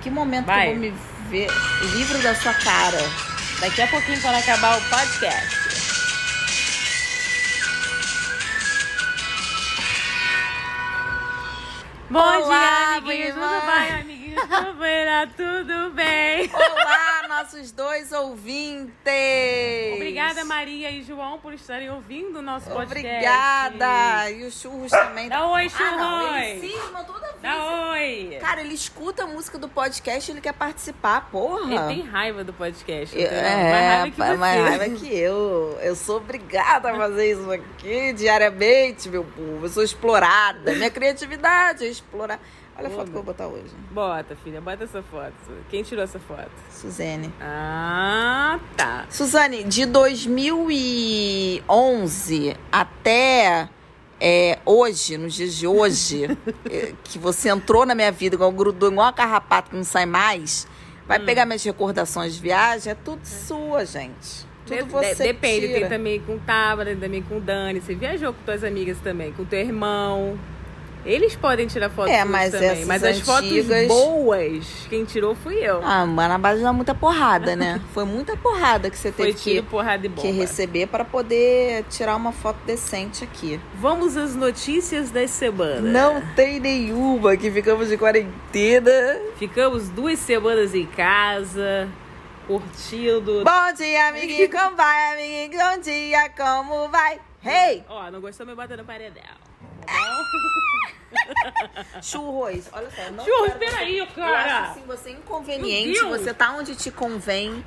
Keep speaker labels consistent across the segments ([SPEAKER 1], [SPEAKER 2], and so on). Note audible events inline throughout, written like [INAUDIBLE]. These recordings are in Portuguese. [SPEAKER 1] que momento
[SPEAKER 2] Vai.
[SPEAKER 1] que eu vou me ver livro da sua cara?
[SPEAKER 2] Daqui a pouquinho, quando acabar o podcast. Bom
[SPEAKER 1] Olá,
[SPEAKER 2] dia, amiguinhos.
[SPEAKER 1] Guimã.
[SPEAKER 2] Tudo bem, amiguinhos? Companheira,
[SPEAKER 1] [LAUGHS]
[SPEAKER 2] tudo bem? [LAUGHS]
[SPEAKER 1] Olá, nossos dois ouvintes!
[SPEAKER 2] Obrigada, Maria e João, por estarem ouvindo o nosso podcast.
[SPEAKER 1] Obrigada! E o Churros também.
[SPEAKER 2] Dá oi, Churros!
[SPEAKER 1] Ah, não, ele cisma toda vez.
[SPEAKER 2] Dá um oi!
[SPEAKER 1] Cara, ele escuta a música do podcast e ele quer participar, porra!
[SPEAKER 2] Ele tem raiva do podcast.
[SPEAKER 1] Eu-
[SPEAKER 2] entendeu? mais
[SPEAKER 1] É,
[SPEAKER 2] raiva que você.
[SPEAKER 1] pa- mais raiva que eu. Eu sou obrigada a fazer isso aqui diariamente, meu povo. Eu sou explorada. Minha criatividade é explorar. Olha a foto que eu vou botar hoje.
[SPEAKER 2] Bota, filha, bota essa foto. Quem tirou essa foto?
[SPEAKER 1] Suzane.
[SPEAKER 2] Ah, tá.
[SPEAKER 1] Suzane, de 2011 até é, hoje, nos dias de hoje,
[SPEAKER 2] [LAUGHS]
[SPEAKER 1] é, que você entrou na minha vida igual grudou, igual uma carrapato que não sai mais, vai
[SPEAKER 2] Hum.
[SPEAKER 1] pegar minhas recordações de viagem, é tudo sua, gente. Tudo
[SPEAKER 2] De- de-
[SPEAKER 1] você
[SPEAKER 2] depende,
[SPEAKER 1] tira.
[SPEAKER 2] tem também com Tábara, tem também com Dani. Você viajou com tuas amigas também, com teu irmão. Eles podem tirar fotos
[SPEAKER 1] É, mas
[SPEAKER 2] também.
[SPEAKER 1] essas
[SPEAKER 2] Mas as
[SPEAKER 1] antigas-
[SPEAKER 2] fotos boas, quem tirou fui eu.
[SPEAKER 1] Ah, mas na base dá muita porrada,
[SPEAKER 2] [LAUGHS]
[SPEAKER 1] né? Foi muita porrada que você
[SPEAKER 2] Foi
[SPEAKER 1] teve
[SPEAKER 2] tiro,
[SPEAKER 1] que,
[SPEAKER 2] porrada e
[SPEAKER 1] que
[SPEAKER 2] bomba.
[SPEAKER 1] receber para poder tirar uma foto decente aqui.
[SPEAKER 2] Vamos às notícias da semana.
[SPEAKER 1] Não tem nenhuma que ficamos de quarentena.
[SPEAKER 2] Ficamos duas semanas em casa, curtindo.
[SPEAKER 1] Bom dia, amiguinho, como vai, amiguinho? Bom dia, como vai? Hey!
[SPEAKER 2] Ó, não gostou, me bota no paredão.
[SPEAKER 1] Churros, olha só, eu não
[SPEAKER 2] Churros,
[SPEAKER 1] quero-
[SPEAKER 2] peraí,
[SPEAKER 1] Eu acho
[SPEAKER 2] cara.
[SPEAKER 1] assim, você é inconveniente,
[SPEAKER 2] Meu Deus.
[SPEAKER 1] você tá onde te convém.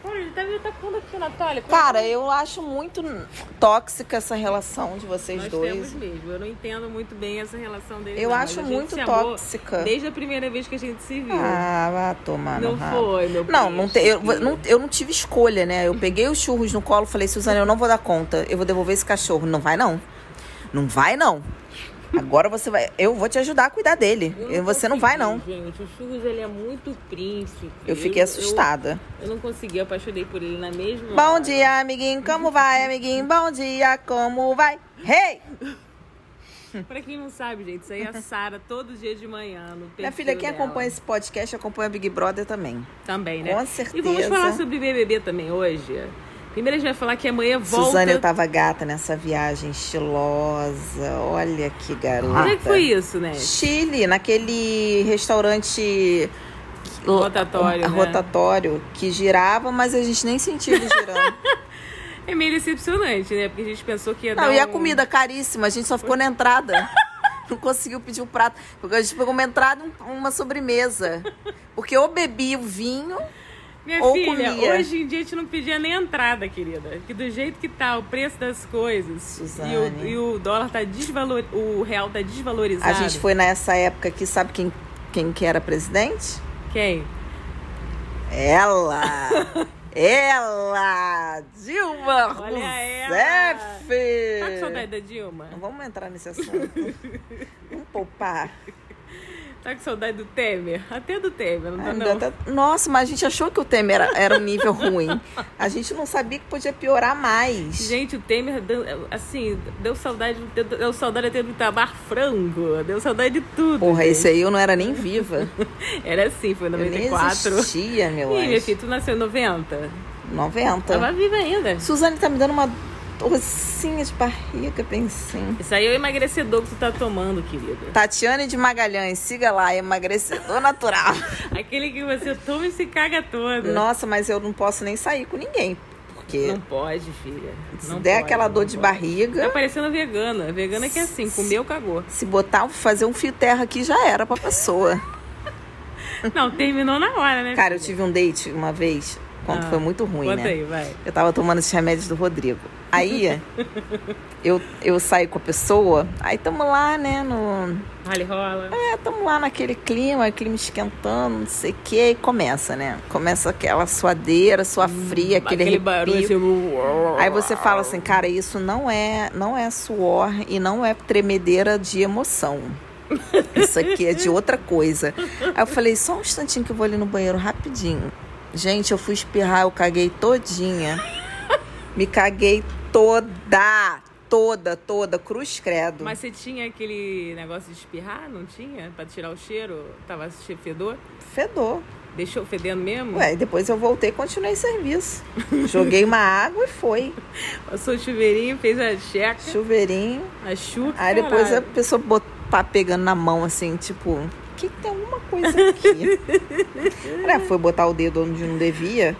[SPEAKER 2] Pô, ele tá me tacando aqui na toalha.
[SPEAKER 1] Cara, eu acho muito tóxica essa relação de vocês
[SPEAKER 2] Nós
[SPEAKER 1] dois.
[SPEAKER 2] temos mesmo. Eu não entendo muito bem essa relação dele.
[SPEAKER 1] Eu
[SPEAKER 2] não,
[SPEAKER 1] acho
[SPEAKER 2] mas a gente
[SPEAKER 1] muito
[SPEAKER 2] se amou
[SPEAKER 1] tóxica.
[SPEAKER 2] Desde a primeira vez que a gente se viu.
[SPEAKER 1] Ah, vá tomar no
[SPEAKER 2] não
[SPEAKER 1] rabo.
[SPEAKER 2] foi, meu
[SPEAKER 1] Não, não te- eu,
[SPEAKER 2] príncipe.
[SPEAKER 1] não, eu não tive escolha, né? Eu peguei os churros no colo, falei, Suzana, eu não vou dar conta, eu vou devolver esse cachorro. Não vai não. Não vai não. Agora você vai. Eu vou te ajudar a cuidar dele.
[SPEAKER 2] Eu
[SPEAKER 1] Eu- você não vai
[SPEAKER 2] consegui,
[SPEAKER 1] não.
[SPEAKER 2] Gente, o Churros, ele é muito príncipe.
[SPEAKER 1] Eu fiquei assustada.
[SPEAKER 2] Eu, não consegui, eu apaixonei por ele na mesma
[SPEAKER 1] Bom
[SPEAKER 2] hora.
[SPEAKER 1] dia, amiguinho. Como vai, amiguinho? Bom dia, como vai? Hey!
[SPEAKER 2] Pra quem não sabe, gente, isso aí é a Sara todo dia de manhã no
[SPEAKER 1] Minha
[SPEAKER 2] perfil
[SPEAKER 1] filha, quem
[SPEAKER 2] dela.
[SPEAKER 1] acompanha esse podcast acompanha Big Brother também.
[SPEAKER 2] Também, né?
[SPEAKER 1] Com certeza.
[SPEAKER 2] E vamos falar sobre BBB também hoje. Primeiro a gente vai falar que amanhã volta...
[SPEAKER 1] Suzane, eu tava gata nessa viagem estilosa. Olha que garota.
[SPEAKER 2] Onde é que foi isso, né?
[SPEAKER 1] Chile, naquele restaurante
[SPEAKER 2] Rotatório, né?
[SPEAKER 1] rotatório que girava, mas a gente nem sentia ele girando.
[SPEAKER 2] [LAUGHS] É meio decepcionante, né? Porque a gente pensou que ia dar
[SPEAKER 1] Não, e a
[SPEAKER 2] um-
[SPEAKER 1] comida caríssima, a gente só ficou na
[SPEAKER 2] [LAUGHS]
[SPEAKER 1] entrada. Não conseguiu pedir o prato. Porque a gente pegou uma entrada e um- uma sobremesa. Porque eu bebi o vinho.
[SPEAKER 2] Minha
[SPEAKER 1] Ou
[SPEAKER 2] filha,
[SPEAKER 1] comia.
[SPEAKER 2] hoje em dia a gente não pedia nem entrada, querida. Que do jeito que tá o preço das coisas
[SPEAKER 1] Suzane.
[SPEAKER 2] e o, e o dólar tá desvalorizado, o real tá desvalorizado.
[SPEAKER 1] A gente foi nessa época que sabe quem, quem que era presidente?
[SPEAKER 2] Quem? [LAUGHS]
[SPEAKER 1] Ela! ela! Dilma
[SPEAKER 2] Olha ela.
[SPEAKER 1] Rousseff!
[SPEAKER 2] Tá
[SPEAKER 1] É.
[SPEAKER 2] com saudade da Dilma?
[SPEAKER 1] Não vamos entrar nesse assunto. vamos poupar.
[SPEAKER 2] Tá com saudade do Temer? Até do Temer, não tá
[SPEAKER 1] Ainda
[SPEAKER 2] não.
[SPEAKER 1] tá- Nossa, mas a gente achou que o Temer era, era um
[SPEAKER 2] [LAUGHS]
[SPEAKER 1] nível ruim. A gente não sabia que podia piorar mais.
[SPEAKER 2] Gente, o Temer, deu- assim, deu saudade, deu, deu saudade até do Itamar Frango, deu saudade de tudo.
[SPEAKER 1] Porra,
[SPEAKER 2] gente.
[SPEAKER 1] esse aí eu não era nem viva.
[SPEAKER 2] Era assim, foi em
[SPEAKER 1] Eu nem
[SPEAKER 2] 94.
[SPEAKER 1] existia, meu
[SPEAKER 2] Ih, minha
[SPEAKER 1] anjo.
[SPEAKER 2] filha, tu nasceu em 90?
[SPEAKER 1] 90.
[SPEAKER 2] Tava viva ainda.
[SPEAKER 1] Suzane tá me dando uma dorzinha de barriga, pensinho.
[SPEAKER 2] Isso aí é o emagrecedor que tu tá tomando, querida.
[SPEAKER 1] Tatiane de Magalhães, siga lá, é emagrecedor
[SPEAKER 2] [LAUGHS]
[SPEAKER 1] natural.
[SPEAKER 2] Aquele que você toma e se caga toda.
[SPEAKER 1] Nossa, mas eu não posso nem sair com ninguém. Porque
[SPEAKER 2] Não pode, filha.
[SPEAKER 1] se
[SPEAKER 2] não
[SPEAKER 1] der
[SPEAKER 2] pode,
[SPEAKER 1] aquela
[SPEAKER 2] não
[SPEAKER 1] dor de
[SPEAKER 2] pode. Tá
[SPEAKER 1] barriga,
[SPEAKER 2] parecendo vegana. Vegana que é assim, comeu, cagou.
[SPEAKER 1] se botar, fazer um fio terra aqui já era pra pessoa.
[SPEAKER 2] Não, terminou na hora, né?
[SPEAKER 1] Cara, eu
[SPEAKER 2] filha?
[SPEAKER 1] tive um date uma vez, quando
[SPEAKER 2] Ah,
[SPEAKER 1] foi muito ruim,
[SPEAKER 2] Conta
[SPEAKER 1] né?
[SPEAKER 2] aí, vai.
[SPEAKER 1] Eu tava tomando os remédios do Rodrigo.
[SPEAKER 2] [LAUGHS]
[SPEAKER 1] Aí, eu, eu saí com a pessoa, aí tamo lá, né, no...
[SPEAKER 2] Rale rola.
[SPEAKER 1] É, tamo lá naquele clima, clima esquentando, não sei o quê, e começa, né? Começa aquela suadeira, sua fria, aquele,
[SPEAKER 2] Hum, Aquele barulho
[SPEAKER 1] arrepio.
[SPEAKER 2] assim.
[SPEAKER 1] Aí você fala assim, cara, isso não é, não é suor e não é tremedeira de emoção. Isso aqui é de outra coisa. Aí eu falei, só um instantinho que eu vou ali no banheiro rapidinho. Gente, eu fui espirrar, eu caguei todinha. Me caguei toda, Toda, toda, cruz credo.
[SPEAKER 2] Mas você tinha aquele negócio de espirrar, não tinha? Pra tirar o cheiro? Tava che- fedor?
[SPEAKER 1] Fedor.
[SPEAKER 2] Deixou fedendo mesmo?
[SPEAKER 1] Ué, e depois eu voltei e continuei serviço. Joguei uma água e foi.
[SPEAKER 2] Passou o chuveirinho, fez a checa,
[SPEAKER 1] Chuveirinho.
[SPEAKER 2] a chuca.
[SPEAKER 1] Aí depois a
[SPEAKER 2] caralho.
[SPEAKER 1] pessoa bot- tá pegando na mão assim, tipo, que que tem alguma coisa
[SPEAKER 2] [LAUGHS]
[SPEAKER 1] aqui? Olha, foi botar o dedo onde não devia.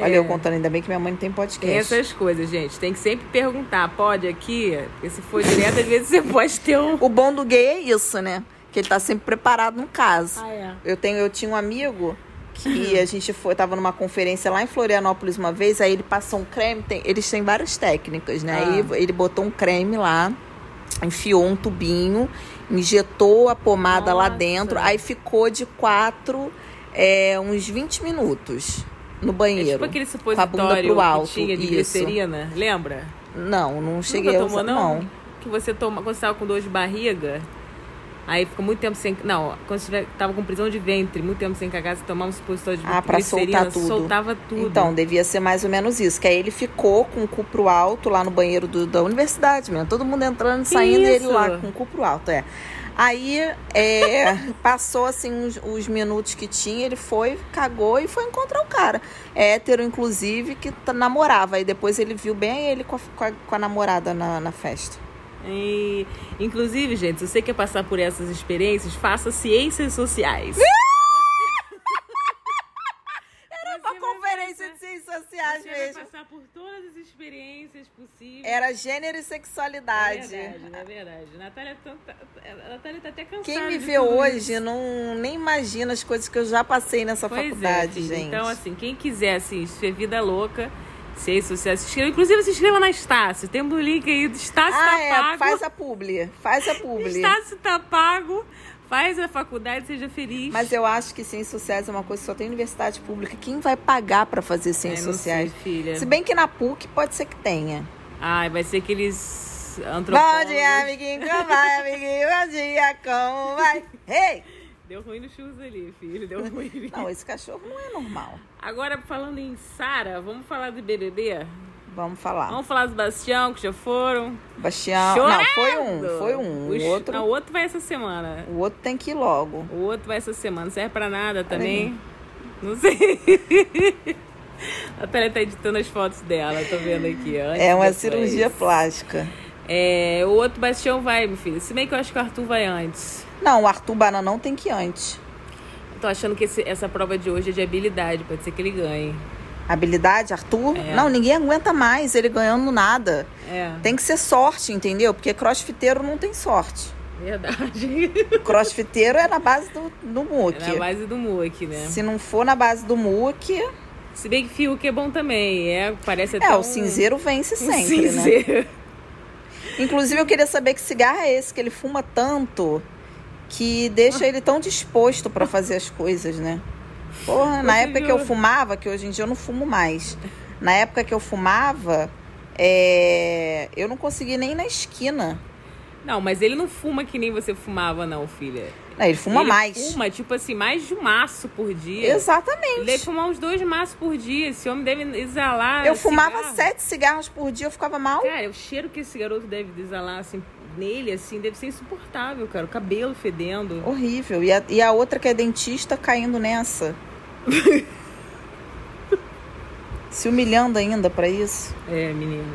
[SPEAKER 1] Olha,
[SPEAKER 2] É.
[SPEAKER 1] eu contando, ainda bem que minha mãe não tem
[SPEAKER 2] Tem
[SPEAKER 1] podcast.
[SPEAKER 2] É essas coisas, gente. Tem que sempre perguntar. Pode aqui? Porque se for direto, às vezes você [LAUGHS] pode ter um...
[SPEAKER 1] O bom do gay é isso, né? Que ele tá sempre preparado no caso.
[SPEAKER 2] Ah, é.
[SPEAKER 1] Eu, tenho, eu tinha um amigo
[SPEAKER 2] Uhum.
[SPEAKER 1] que a gente foi, tava numa conferência lá em Florianópolis uma vez, aí ele passou um creme, tem- eles têm várias técnicas, né? Aí
[SPEAKER 2] Ah.
[SPEAKER 1] ele botou um creme lá, enfiou um tubinho, injetou a pomada lá
[SPEAKER 2] Nossa.
[SPEAKER 1] dentro, aí ficou de quatro, é, uns 20 minutos no
[SPEAKER 2] É
[SPEAKER 1] banheiro.
[SPEAKER 2] tipo aquele
[SPEAKER 1] bunda pro
[SPEAKER 2] supositório
[SPEAKER 1] alto,
[SPEAKER 2] que tinha de
[SPEAKER 1] isso.
[SPEAKER 2] glicerina, lembra?
[SPEAKER 1] Não, não cheguei
[SPEAKER 2] Nunca
[SPEAKER 1] a
[SPEAKER 2] tomou,
[SPEAKER 1] usar,
[SPEAKER 2] não? Que você toma quando você tava com dor de barriga, aí ficou muito tempo sem. Não, quando você tiver- tava com prisão de ventre, muito tempo sem cagar, você tomava um supositório de
[SPEAKER 1] Ah, pra
[SPEAKER 2] glicerina,
[SPEAKER 1] soltar tudo.
[SPEAKER 2] soltava tudo.
[SPEAKER 1] Então, devia ser mais ou menos isso. Que aí ele ficou com o cu pro alto lá no banheiro do- da universidade mesmo. Todo mundo entrando e
[SPEAKER 2] Que
[SPEAKER 1] saindo e ele
[SPEAKER 2] isso?
[SPEAKER 1] lá com o cu pro alto, é. Aí
[SPEAKER 2] [LAUGHS]
[SPEAKER 1] é, passou assim uns, os minutos que tinha, ele foi, cagou e foi encontrar o cara. É hétero, inclusive, que tá- namorava. Aí depois ele viu bem ele com a, com a- com a namorada na, na festa.
[SPEAKER 2] E, inclusive, gente, se você quer passar por essas experiências, faça ciências sociais.
[SPEAKER 1] [LAUGHS]
[SPEAKER 2] Era
[SPEAKER 1] Uma conferência de ciências sociais
[SPEAKER 2] Você vai
[SPEAKER 1] mesmo.
[SPEAKER 2] passar por todas as experiências possíveis.
[SPEAKER 1] Era gênero e sexualidade.
[SPEAKER 2] É verdade, é verdade. Natália, tá- tá- a Natália tá até cansada.
[SPEAKER 1] Quem me
[SPEAKER 2] de
[SPEAKER 1] vê
[SPEAKER 2] tudo
[SPEAKER 1] hoje
[SPEAKER 2] isso.
[SPEAKER 1] não nem imagina as coisas que eu já passei nessa
[SPEAKER 2] Pois é,
[SPEAKER 1] faculdade,
[SPEAKER 2] filho.
[SPEAKER 1] gente.
[SPEAKER 2] Então, assim, quem quiser, assim, ser vida louca, ser sucesso, se inscreva. Inclusive, se inscreva na Estácio. Temos um link aí do Estácio
[SPEAKER 1] ah,
[SPEAKER 2] tá
[SPEAKER 1] é,
[SPEAKER 2] pago.
[SPEAKER 1] faz a publi, faz a publi.
[SPEAKER 2] Estácio tá pago. Faz a faculdade, seja feliz.
[SPEAKER 1] Mas eu acho que ciências sociais é uma coisa que só tem universidade pública. Quem vai pagar pra fazer
[SPEAKER 2] Ai,
[SPEAKER 1] ciências
[SPEAKER 2] É, não
[SPEAKER 1] assim, sociais?
[SPEAKER 2] Sei, filha.
[SPEAKER 1] Se bem que na PUC pode ser que tenha.
[SPEAKER 2] Ai, vai ser aqueles
[SPEAKER 1] Bom
[SPEAKER 2] antropólogos.
[SPEAKER 1] dia, amiguinho, como
[SPEAKER 2] [LAUGHS]
[SPEAKER 1] vai, amiguinho? Bom dia, como vai? Ei!
[SPEAKER 2] Deu ruim no shoes ali, filho. Deu ruim.
[SPEAKER 1] Não, esse cachorro não é normal.
[SPEAKER 2] Agora, falando em Sara, vamos falar do BBB?
[SPEAKER 1] Vamos falar.
[SPEAKER 2] Vamos falar do Bastião, que já foram.
[SPEAKER 1] Bastião. Não, foi um, foi um.
[SPEAKER 2] Os-
[SPEAKER 1] O
[SPEAKER 2] Não,
[SPEAKER 1] outro,
[SPEAKER 2] o outro vai essa semana.
[SPEAKER 1] o outro tem que ir logo.
[SPEAKER 2] O outro vai essa semana. Não serve pra nada também.
[SPEAKER 1] aí.
[SPEAKER 2] Não sei. [LAUGHS] A Thalia tá editando as fotos dela, tô vendo aqui. ó.
[SPEAKER 1] É uma
[SPEAKER 2] Depois.
[SPEAKER 1] cirurgia plástica.
[SPEAKER 2] É, o outro Bastião vai, meu filho. Se bem que eu acho que o Arthur vai antes.
[SPEAKER 1] Não, o Arthur Bananão tem que ir antes.
[SPEAKER 2] Eu Tô achando que esse- essa prova de hoje é de habilidade, pode ser que ele ganhe.
[SPEAKER 1] Habilidade, Arthur?
[SPEAKER 2] É.
[SPEAKER 1] Não, ninguém aguenta mais ele ganhando nada.
[SPEAKER 2] É,
[SPEAKER 1] Tem que ser sorte, entendeu? Porque crossfiteiro não tem sorte. [LAUGHS]
[SPEAKER 2] verdade.
[SPEAKER 1] Crossfiteiro é na base do, do
[SPEAKER 2] É na
[SPEAKER 1] muque.
[SPEAKER 2] base do Mook, né?
[SPEAKER 1] Se não for na base do é, muque,
[SPEAKER 2] Se bem que Fiuk é bom também. É, parece
[SPEAKER 1] é,
[SPEAKER 2] até um-
[SPEAKER 1] o cinzeiro vence
[SPEAKER 2] [LAUGHS] um
[SPEAKER 1] sempre, né?
[SPEAKER 2] cinzeiro.
[SPEAKER 1] Inclusive, eu queria saber que cigarro é esse que ele fuma tanto que deixa ele tão disposto pra fazer as coisas, né? Porra, na
[SPEAKER 2] Você
[SPEAKER 1] época que
[SPEAKER 2] viu?
[SPEAKER 1] eu fumava, que hoje em dia eu não fumo mais. Na época que eu fumava, é, eu não conseguia nem ir na esquina.
[SPEAKER 2] Não, mas ele não fuma que nem você fumava, não, filha.
[SPEAKER 1] Não, ele fuma
[SPEAKER 2] ele
[SPEAKER 1] mais.
[SPEAKER 2] Fuma, tipo assim, mais de um maço por dia. Ele deve
[SPEAKER 1] Exatamente.
[SPEAKER 2] fumar uns dois maços por dia. Esse homem deve exalar.
[SPEAKER 1] Eu fumava
[SPEAKER 2] Ah, cigarro.
[SPEAKER 1] sete cigarros por dia, eu ficava mal.
[SPEAKER 2] Cara, o cheiro que esse garoto deve exalar, assim, nele, assim, deve ser insuportável, cara. O cabelo fedendo.
[SPEAKER 1] Horrível. E a, e a outra que é dentista caindo
[SPEAKER 2] [LAUGHS]
[SPEAKER 1] nessa. Se humilhando ainda pra isso.
[SPEAKER 2] É, menino.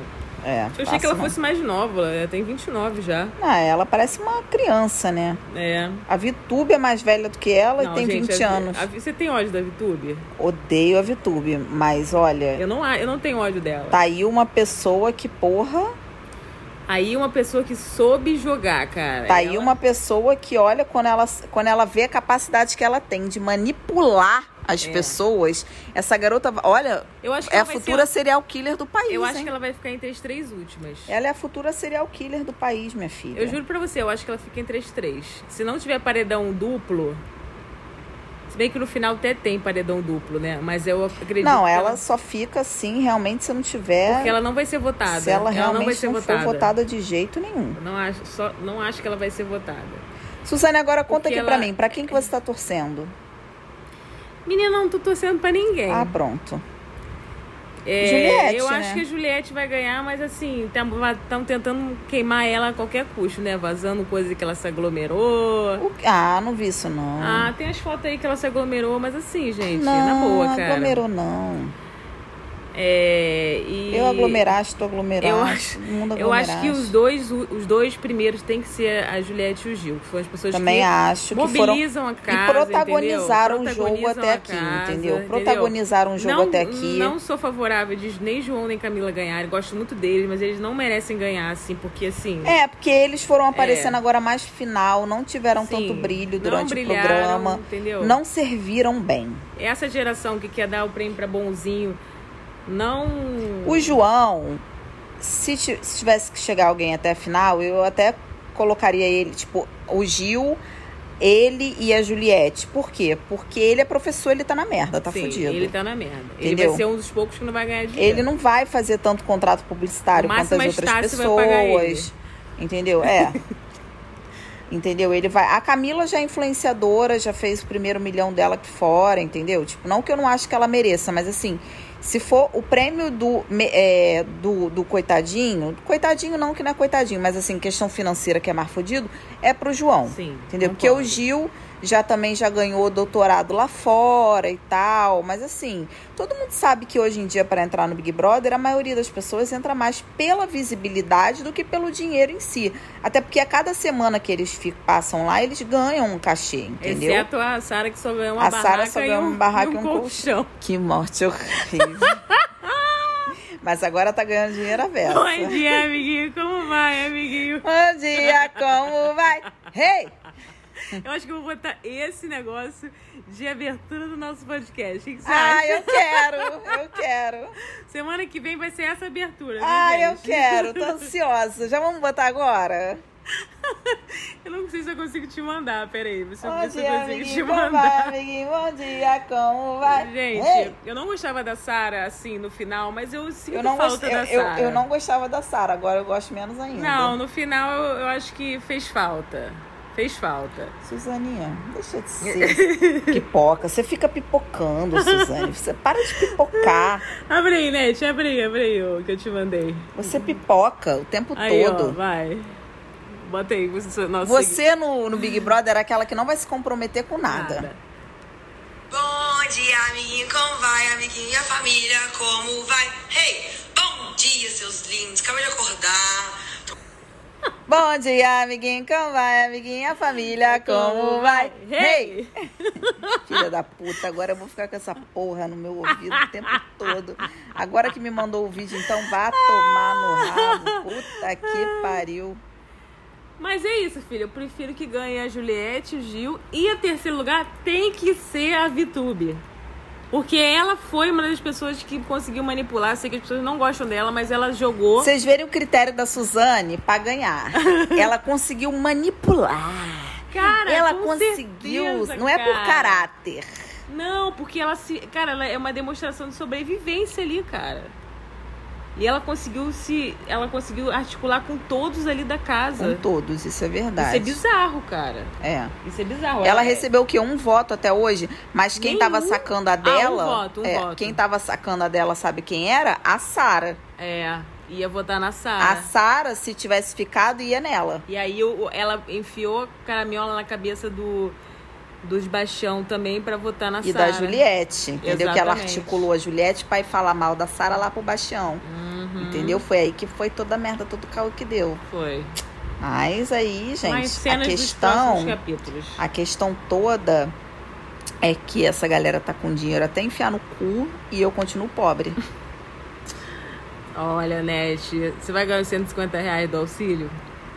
[SPEAKER 1] É.
[SPEAKER 2] Eu achei
[SPEAKER 1] passa
[SPEAKER 2] que ela
[SPEAKER 1] mal.
[SPEAKER 2] fosse mais nova. Ela tem 29 já.
[SPEAKER 1] Ah, ela parece uma criança, né?
[SPEAKER 2] É.
[SPEAKER 1] A Vitube é mais velha do que ela
[SPEAKER 2] Não,
[SPEAKER 1] e tem
[SPEAKER 2] gente,
[SPEAKER 1] 20
[SPEAKER 2] a-
[SPEAKER 1] anos.
[SPEAKER 2] a- você tem ódio da VTube?
[SPEAKER 1] Odeio a Vitube, mas olha,
[SPEAKER 2] Eu não, a- eu não tenho ódio dela.
[SPEAKER 1] tá aí uma pessoa que, porra,
[SPEAKER 2] Aí uma pessoa que soube jogar, cara.
[SPEAKER 1] tá aí
[SPEAKER 2] É Ela-
[SPEAKER 1] uma pessoa que olha quando ela, quando ela vê a capacidade que ela tem de manipular as
[SPEAKER 2] É.
[SPEAKER 1] pessoas. Essa garota, olha,
[SPEAKER 2] Eu acho que
[SPEAKER 1] é
[SPEAKER 2] ela
[SPEAKER 1] a
[SPEAKER 2] vai ser- um,
[SPEAKER 1] futura serial killer do país,
[SPEAKER 2] Eu acho
[SPEAKER 1] hein?
[SPEAKER 2] que ela vai ficar entre as três últimas.
[SPEAKER 1] Ela é a futura serial killer do país, minha filha.
[SPEAKER 2] Eu juro pra você, eu acho que ela fica entre as três. Se não tiver paredão duplo. Se bem que no final até tem paredão duplo, né? Mas eu acredito.
[SPEAKER 1] Não,
[SPEAKER 2] que
[SPEAKER 1] ela só fica assim, realmente, se não tiver.
[SPEAKER 2] Porque ela não vai ser votada.
[SPEAKER 1] se ela realmente
[SPEAKER 2] não vai ser
[SPEAKER 1] não
[SPEAKER 2] votada.
[SPEAKER 1] for votada de jeito nenhum.
[SPEAKER 2] Eu Não acho, só, não acho que ela vai ser votada.
[SPEAKER 1] Suzane, agora conta
[SPEAKER 2] Porque
[SPEAKER 1] aqui pra
[SPEAKER 2] ela-
[SPEAKER 1] mim, pra quem que você tá torcendo?
[SPEAKER 2] Menina, eu não tô torcendo pra ninguém.
[SPEAKER 1] Ah, pronto.
[SPEAKER 2] É,
[SPEAKER 1] Juliette,
[SPEAKER 2] eu
[SPEAKER 1] né?
[SPEAKER 2] acho que a Juliette vai ganhar, mas assim, estão tentando queimar ela a qualquer custo, né? Vazando coisa que ela se aglomerou.
[SPEAKER 3] O que-
[SPEAKER 1] Ah, não vi isso não.
[SPEAKER 2] Ah, tem as fotos aí que ela se aglomerou, mas assim, gente,
[SPEAKER 1] não,
[SPEAKER 2] na boa, cara.
[SPEAKER 1] aglomerou não.
[SPEAKER 2] É, e
[SPEAKER 1] Eu aglomeraste, tu aglomeraste.
[SPEAKER 2] Eu acho-
[SPEAKER 1] todo mundo
[SPEAKER 2] Eu acho que
[SPEAKER 1] aglomeraste.
[SPEAKER 2] os dois, os dois primeiros tem que ser a Juliette e o Gil, que foram as pessoas
[SPEAKER 1] Também
[SPEAKER 2] que
[SPEAKER 1] acho que foram
[SPEAKER 2] mobilizam a
[SPEAKER 1] e
[SPEAKER 2] casa,
[SPEAKER 1] protagonizaram
[SPEAKER 2] entendeu?
[SPEAKER 1] o jogo
[SPEAKER 2] Protagonizam
[SPEAKER 1] até
[SPEAKER 2] a
[SPEAKER 1] aqui,
[SPEAKER 2] casa,
[SPEAKER 1] entendeu? Protagonizaram o jogo
[SPEAKER 2] não,
[SPEAKER 1] até aqui.
[SPEAKER 2] Não sou favorável de nem João nem Camila ganharem. Gosto muito deles, mas eles não merecem ganhar, assim, porque assim.
[SPEAKER 1] É, porque eles foram aparecendo agora mais final, não tiveram
[SPEAKER 2] assim,
[SPEAKER 1] tanto brilho
[SPEAKER 2] não
[SPEAKER 1] durante o
[SPEAKER 2] brilharam,
[SPEAKER 1] programa,
[SPEAKER 2] Entendeu?
[SPEAKER 1] não serviram bem.
[SPEAKER 2] Essa geração que quer dar o prêmio pra bonzinho, não.
[SPEAKER 1] O João, se, ti- se tivesse que chegar alguém até a final, eu até colocaria ele, tipo, o Gil, ele e a Juliette. Por quê? Porque ele é professor, ele tá na merda, tá
[SPEAKER 2] Sim,
[SPEAKER 1] fudido.
[SPEAKER 2] Ele
[SPEAKER 1] Ele,
[SPEAKER 2] tá na merda. Ele
[SPEAKER 1] Entendeu?
[SPEAKER 2] vai ser um dos poucos que não vai ganhar dinheiro.
[SPEAKER 1] não vai fazer tanto contrato publicitário
[SPEAKER 2] O
[SPEAKER 1] quanto
[SPEAKER 2] máximo
[SPEAKER 1] as
[SPEAKER 2] é
[SPEAKER 1] outras
[SPEAKER 2] Estácio vai
[SPEAKER 1] pessoas.
[SPEAKER 2] pagar
[SPEAKER 1] Entendeu?
[SPEAKER 2] [LAUGHS]
[SPEAKER 1] É. entendeu? Ele vai. A Camila já é influenciadora, já fez o primeiro milhão dela aqui fora, entendeu? Tipo, não que eu não acho que ela mereça, mas assim, se for o prêmio do, me- é, do, do coitadinho, coitadinho não que não é coitadinho, mas assim, questão financeira que é mais fudido, é pro João.
[SPEAKER 2] Sim.
[SPEAKER 1] Entendeu?
[SPEAKER 2] concordo.
[SPEAKER 1] Porque o Gil já também já ganhou doutorado lá fora e tal, mas assim, todo mundo sabe que hoje em dia para entrar no Big Brother, a maioria das pessoas entra mais pela visibilidade do que pelo dinheiro em si. Até porque a cada semana que eles fi- passam lá, eles ganham um cachê, entendeu?
[SPEAKER 2] Exceto é a Sara que só ganhou uma
[SPEAKER 1] A Sara
[SPEAKER 2] barraca
[SPEAKER 1] só
[SPEAKER 2] e
[SPEAKER 1] ganhou
[SPEAKER 2] um,
[SPEAKER 1] uma barraca
[SPEAKER 2] e [LAUGHS] um,
[SPEAKER 1] e um
[SPEAKER 2] colchão.
[SPEAKER 1] Que morte horrível. [LAUGHS] mas agora tá ganhando dinheiro à vela.
[SPEAKER 2] Bom dia, amiguinho. Como vai, amiguinho?
[SPEAKER 1] Bom Um dia, como vai? Hey!
[SPEAKER 2] Eu acho que eu vou botar esse negócio de abertura do nosso podcast. O que que você
[SPEAKER 1] Ah,
[SPEAKER 2] acha?
[SPEAKER 1] eu quero, eu quero.
[SPEAKER 2] Semana que vem vai ser essa abertura. viu,
[SPEAKER 1] Ah, eu
[SPEAKER 2] gente?
[SPEAKER 1] quero, tô ansiosa. Já vamos botar agora?
[SPEAKER 2] Eu não sei se eu consigo te mandar. Peraí, você
[SPEAKER 1] Bom
[SPEAKER 2] ver se eu
[SPEAKER 1] dia,
[SPEAKER 2] consigo te
[SPEAKER 1] amiguinho, como vai,
[SPEAKER 2] mandar.
[SPEAKER 1] amiguinho? Bom dia, como então vai?
[SPEAKER 2] Gente,
[SPEAKER 1] Ei,
[SPEAKER 2] eu não gostava da Sara assim no final, mas eu sinto
[SPEAKER 1] eu não,
[SPEAKER 2] falta
[SPEAKER 1] gost... eu,
[SPEAKER 2] da
[SPEAKER 1] eu,
[SPEAKER 2] Sara.
[SPEAKER 1] eu não gostava da Sara, agora eu gosto menos ainda.
[SPEAKER 2] Não, no final eu, eu acho que fez falta. Fez falta.
[SPEAKER 1] Suzaninha, deixa de ser
[SPEAKER 2] [LAUGHS]
[SPEAKER 1] pipoca. Você fica pipocando, Suzane. Você para de pipocar.
[SPEAKER 2] Abre aí, Net, abre aí, abre aí o que eu te mandei.
[SPEAKER 1] Você pipoca o tempo
[SPEAKER 2] Aí, ó,
[SPEAKER 1] todo.
[SPEAKER 2] vai. Bota aí você, nosso
[SPEAKER 1] Você no, no Big Brother é aquela que não vai se comprometer com nada.
[SPEAKER 2] nada.
[SPEAKER 4] Bom dia, amiguinho, como vai, amiguinho e a família, como vai? Hey, bom dia, seus lindos, acabei de acordar.
[SPEAKER 1] Bom dia, amiguinho, como vai, amiguinha? Família, como vai? Hey!
[SPEAKER 2] Hey!
[SPEAKER 1] Filha da puta, agora eu vou ficar com essa porra no meu ouvido o tempo todo. Agora que me mandou o vídeo, então vá tomar no rabo. Puta que pariu.
[SPEAKER 2] Mas é isso, filha. Eu prefiro que ganhe a Juliette, o Gil. E a terceiro lugar tem que ser a Vitube. Porque ela foi uma das pessoas que conseguiu manipular. Sei que as pessoas não gostam dela, mas ela jogou.
[SPEAKER 1] Vocês verem o critério da Suzane pra ganhar. Ela conseguiu manipular.
[SPEAKER 2] Cara,
[SPEAKER 1] Ela
[SPEAKER 2] com
[SPEAKER 1] conseguiu.
[SPEAKER 2] certeza,
[SPEAKER 1] não é por
[SPEAKER 2] cara.
[SPEAKER 1] caráter.
[SPEAKER 2] Não, porque ela se. Cara, ela é uma demonstração de sobrevivência ali, cara. E ela conseguiu se. Ela conseguiu articular com todos ali da
[SPEAKER 1] Com
[SPEAKER 2] casa.
[SPEAKER 1] todos, isso é
[SPEAKER 2] Isso é
[SPEAKER 1] verdade.
[SPEAKER 2] bizarro, cara.
[SPEAKER 1] É.
[SPEAKER 2] Isso é bizarro.
[SPEAKER 1] Ela recebeu o quê? Um voto até hoje, mas quem tava
[SPEAKER 2] Nenhum.
[SPEAKER 1] sacando a dela.
[SPEAKER 2] voto, um
[SPEAKER 1] é,
[SPEAKER 2] voto.
[SPEAKER 1] Quem tava sacando a dela sabe quem era? A Sara.
[SPEAKER 2] É, ia votar na
[SPEAKER 1] A
[SPEAKER 2] Sara.
[SPEAKER 1] Sara, se tivesse ficado, ia nela.
[SPEAKER 2] E aí o- o- ela enfiou caramiola na cabeça do dos baixão também pra votar na Sara.
[SPEAKER 1] E da Juliette, entendeu? Que ela
[SPEAKER 2] Exatamente.
[SPEAKER 1] articulou a Juliette pra ir falar mal da Sara lá pro Bastião.
[SPEAKER 2] Uhum,
[SPEAKER 1] Entendeu? Foi aí que foi toda a merda, todo o caô que deu.
[SPEAKER 2] Foi.
[SPEAKER 1] Mas aí, gente,
[SPEAKER 2] Mas
[SPEAKER 1] a
[SPEAKER 2] cenas é- dos próximos
[SPEAKER 1] questão.
[SPEAKER 2] capítulos.
[SPEAKER 1] A questão toda é que essa galera tá com dinheiro até enfiar no cu e eu continuo pobre.
[SPEAKER 2] Olha, Nete, você vai ganhar os 150 reais do auxílio?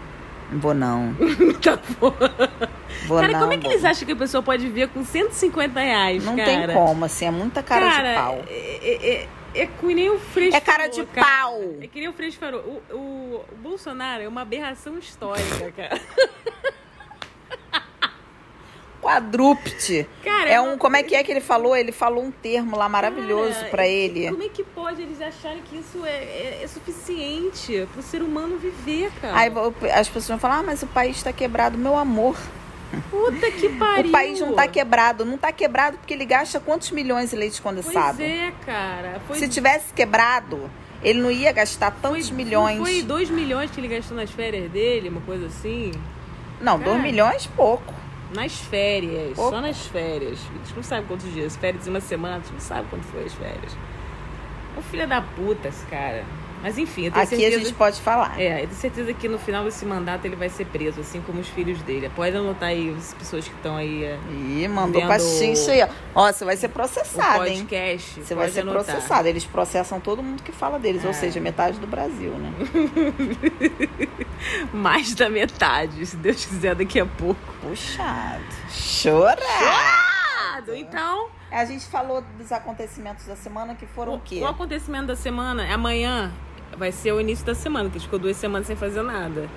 [SPEAKER 2] [LAUGHS]
[SPEAKER 1] Vou não.
[SPEAKER 2] tá bom.
[SPEAKER 1] Vou
[SPEAKER 2] cara,
[SPEAKER 1] não.
[SPEAKER 2] como é que
[SPEAKER 1] vou.
[SPEAKER 2] eles acham que a pessoa pode viver com 150 reais,
[SPEAKER 1] Não
[SPEAKER 2] cara?
[SPEAKER 1] tem como, assim, é muita cara, de pau.
[SPEAKER 2] É, é, é, é que nem o Freixo
[SPEAKER 1] É cara de
[SPEAKER 2] falou, cara.
[SPEAKER 1] pau.
[SPEAKER 2] É que nem o Freixo falou. O, o, o Bolsonaro é uma aberração histórica, cara.
[SPEAKER 1] Quadrúpede.
[SPEAKER 2] Cara,
[SPEAKER 1] É
[SPEAKER 2] uma-
[SPEAKER 1] um, como é que é que ele falou? Ele falou um termo lá maravilhoso
[SPEAKER 2] Cara,
[SPEAKER 1] pra
[SPEAKER 2] e-
[SPEAKER 1] ele.
[SPEAKER 2] Como é que pode eles acharem que isso é, é, é suficiente pro ser humano viver, cara?
[SPEAKER 1] Aí vo- as pessoas vão falar, ah, mas o país está quebrado, tá meu amor.
[SPEAKER 2] Puta que pariu.
[SPEAKER 1] [LAUGHS] O país não tá quebrado. Não tá quebrado porque ele gasta quantos milhões em leite condensado?
[SPEAKER 2] Pois é, cara. Foi,
[SPEAKER 1] Se tivesse quebrado, ele não ia gastar tantos
[SPEAKER 2] foi-
[SPEAKER 1] milhões.
[SPEAKER 2] Foi 2 milhões que ele gastou nas férias dele, uma coisa assim.
[SPEAKER 1] Não,
[SPEAKER 2] Cara.
[SPEAKER 1] 2 milhões, pouco.
[SPEAKER 2] Nas férias,
[SPEAKER 1] Opa.
[SPEAKER 2] só nas férias. A gente não sabe quantos dias. Férias de uma semana, a gente não sabe quanto foi as férias. O filho da puta, esse cara. Mas enfim, eu tenho
[SPEAKER 1] Aqui a
[SPEAKER 2] certeza.
[SPEAKER 1] gente pode falar.
[SPEAKER 2] É, eu tenho certeza que no final desse mandato ele vai ser preso, assim como os filhos dele. Pode anotar aí as pessoas que estão aí. é,
[SPEAKER 1] Ih, mandou
[SPEAKER 2] Vendo
[SPEAKER 1] pra xixi aí. ó. Ó, você vai ser
[SPEAKER 2] O
[SPEAKER 1] processado, hein?
[SPEAKER 2] podcast.
[SPEAKER 1] Você vai
[SPEAKER 2] pode
[SPEAKER 1] ser
[SPEAKER 2] anotar.
[SPEAKER 1] processado. Eles processam todo mundo que fala deles,
[SPEAKER 2] É.
[SPEAKER 1] ou seja, metade do Brasil, né?
[SPEAKER 2] Mais da metade, se Deus quiser, daqui a pouco.
[SPEAKER 1] Puxado. Chorado.
[SPEAKER 2] Então,
[SPEAKER 1] A gente falou dos acontecimentos da semana que foram o, quê?
[SPEAKER 2] o acontecimento da semana, amanhã, vai ser o início da semana, que a gente ficou duas semanas sem fazer nada.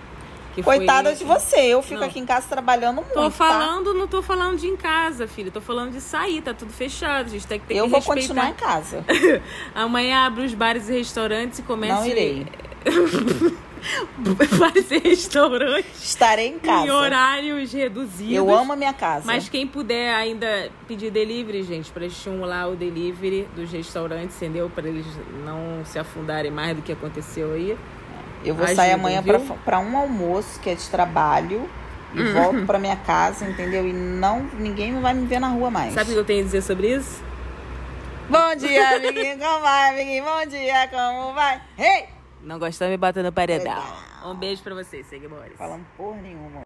[SPEAKER 2] Que foi-
[SPEAKER 1] Coitada de você, eu fico
[SPEAKER 2] Não.
[SPEAKER 1] aqui em casa trabalhando muito.
[SPEAKER 2] Tô
[SPEAKER 1] tá?
[SPEAKER 2] falando, não tô falando de em casa, filho. Tô falando de sair, tá tudo fechado. A gente tem que ter
[SPEAKER 1] Eu
[SPEAKER 2] que
[SPEAKER 1] vou
[SPEAKER 2] respeitar.
[SPEAKER 1] continuar em casa.
[SPEAKER 2] Amanhã abre os bares e restaurantes e começa.
[SPEAKER 1] Não irei.
[SPEAKER 2] [LAUGHS] bares e restaurantes
[SPEAKER 1] Estarei em
[SPEAKER 2] em
[SPEAKER 1] casa.
[SPEAKER 2] horários reduzidos.
[SPEAKER 1] Eu amo a minha casa.
[SPEAKER 2] Mas quem puder ainda pedir delivery, gente, pra estimular o delivery dos restaurantes, entendeu? Pra eles não se afundarem mais do que aconteceu aí.
[SPEAKER 1] Eu vou
[SPEAKER 2] Ajuda,
[SPEAKER 1] sair amanhã pra,
[SPEAKER 2] viu? Hum.
[SPEAKER 1] pra um almoço que é de trabalho e volto pra minha casa, entendeu? E não ninguém vai me ver na rua mais.
[SPEAKER 2] Sabe o que eu tenho a dizer sobre isso?
[SPEAKER 1] Bom dia, amiguinho, como vai, amiguinho? Bom dia, como vai? Ei!
[SPEAKER 2] Não gostou, me bota no paredão. Um beijo pra vocês, seguidores.
[SPEAKER 1] Falando porra nenhuma.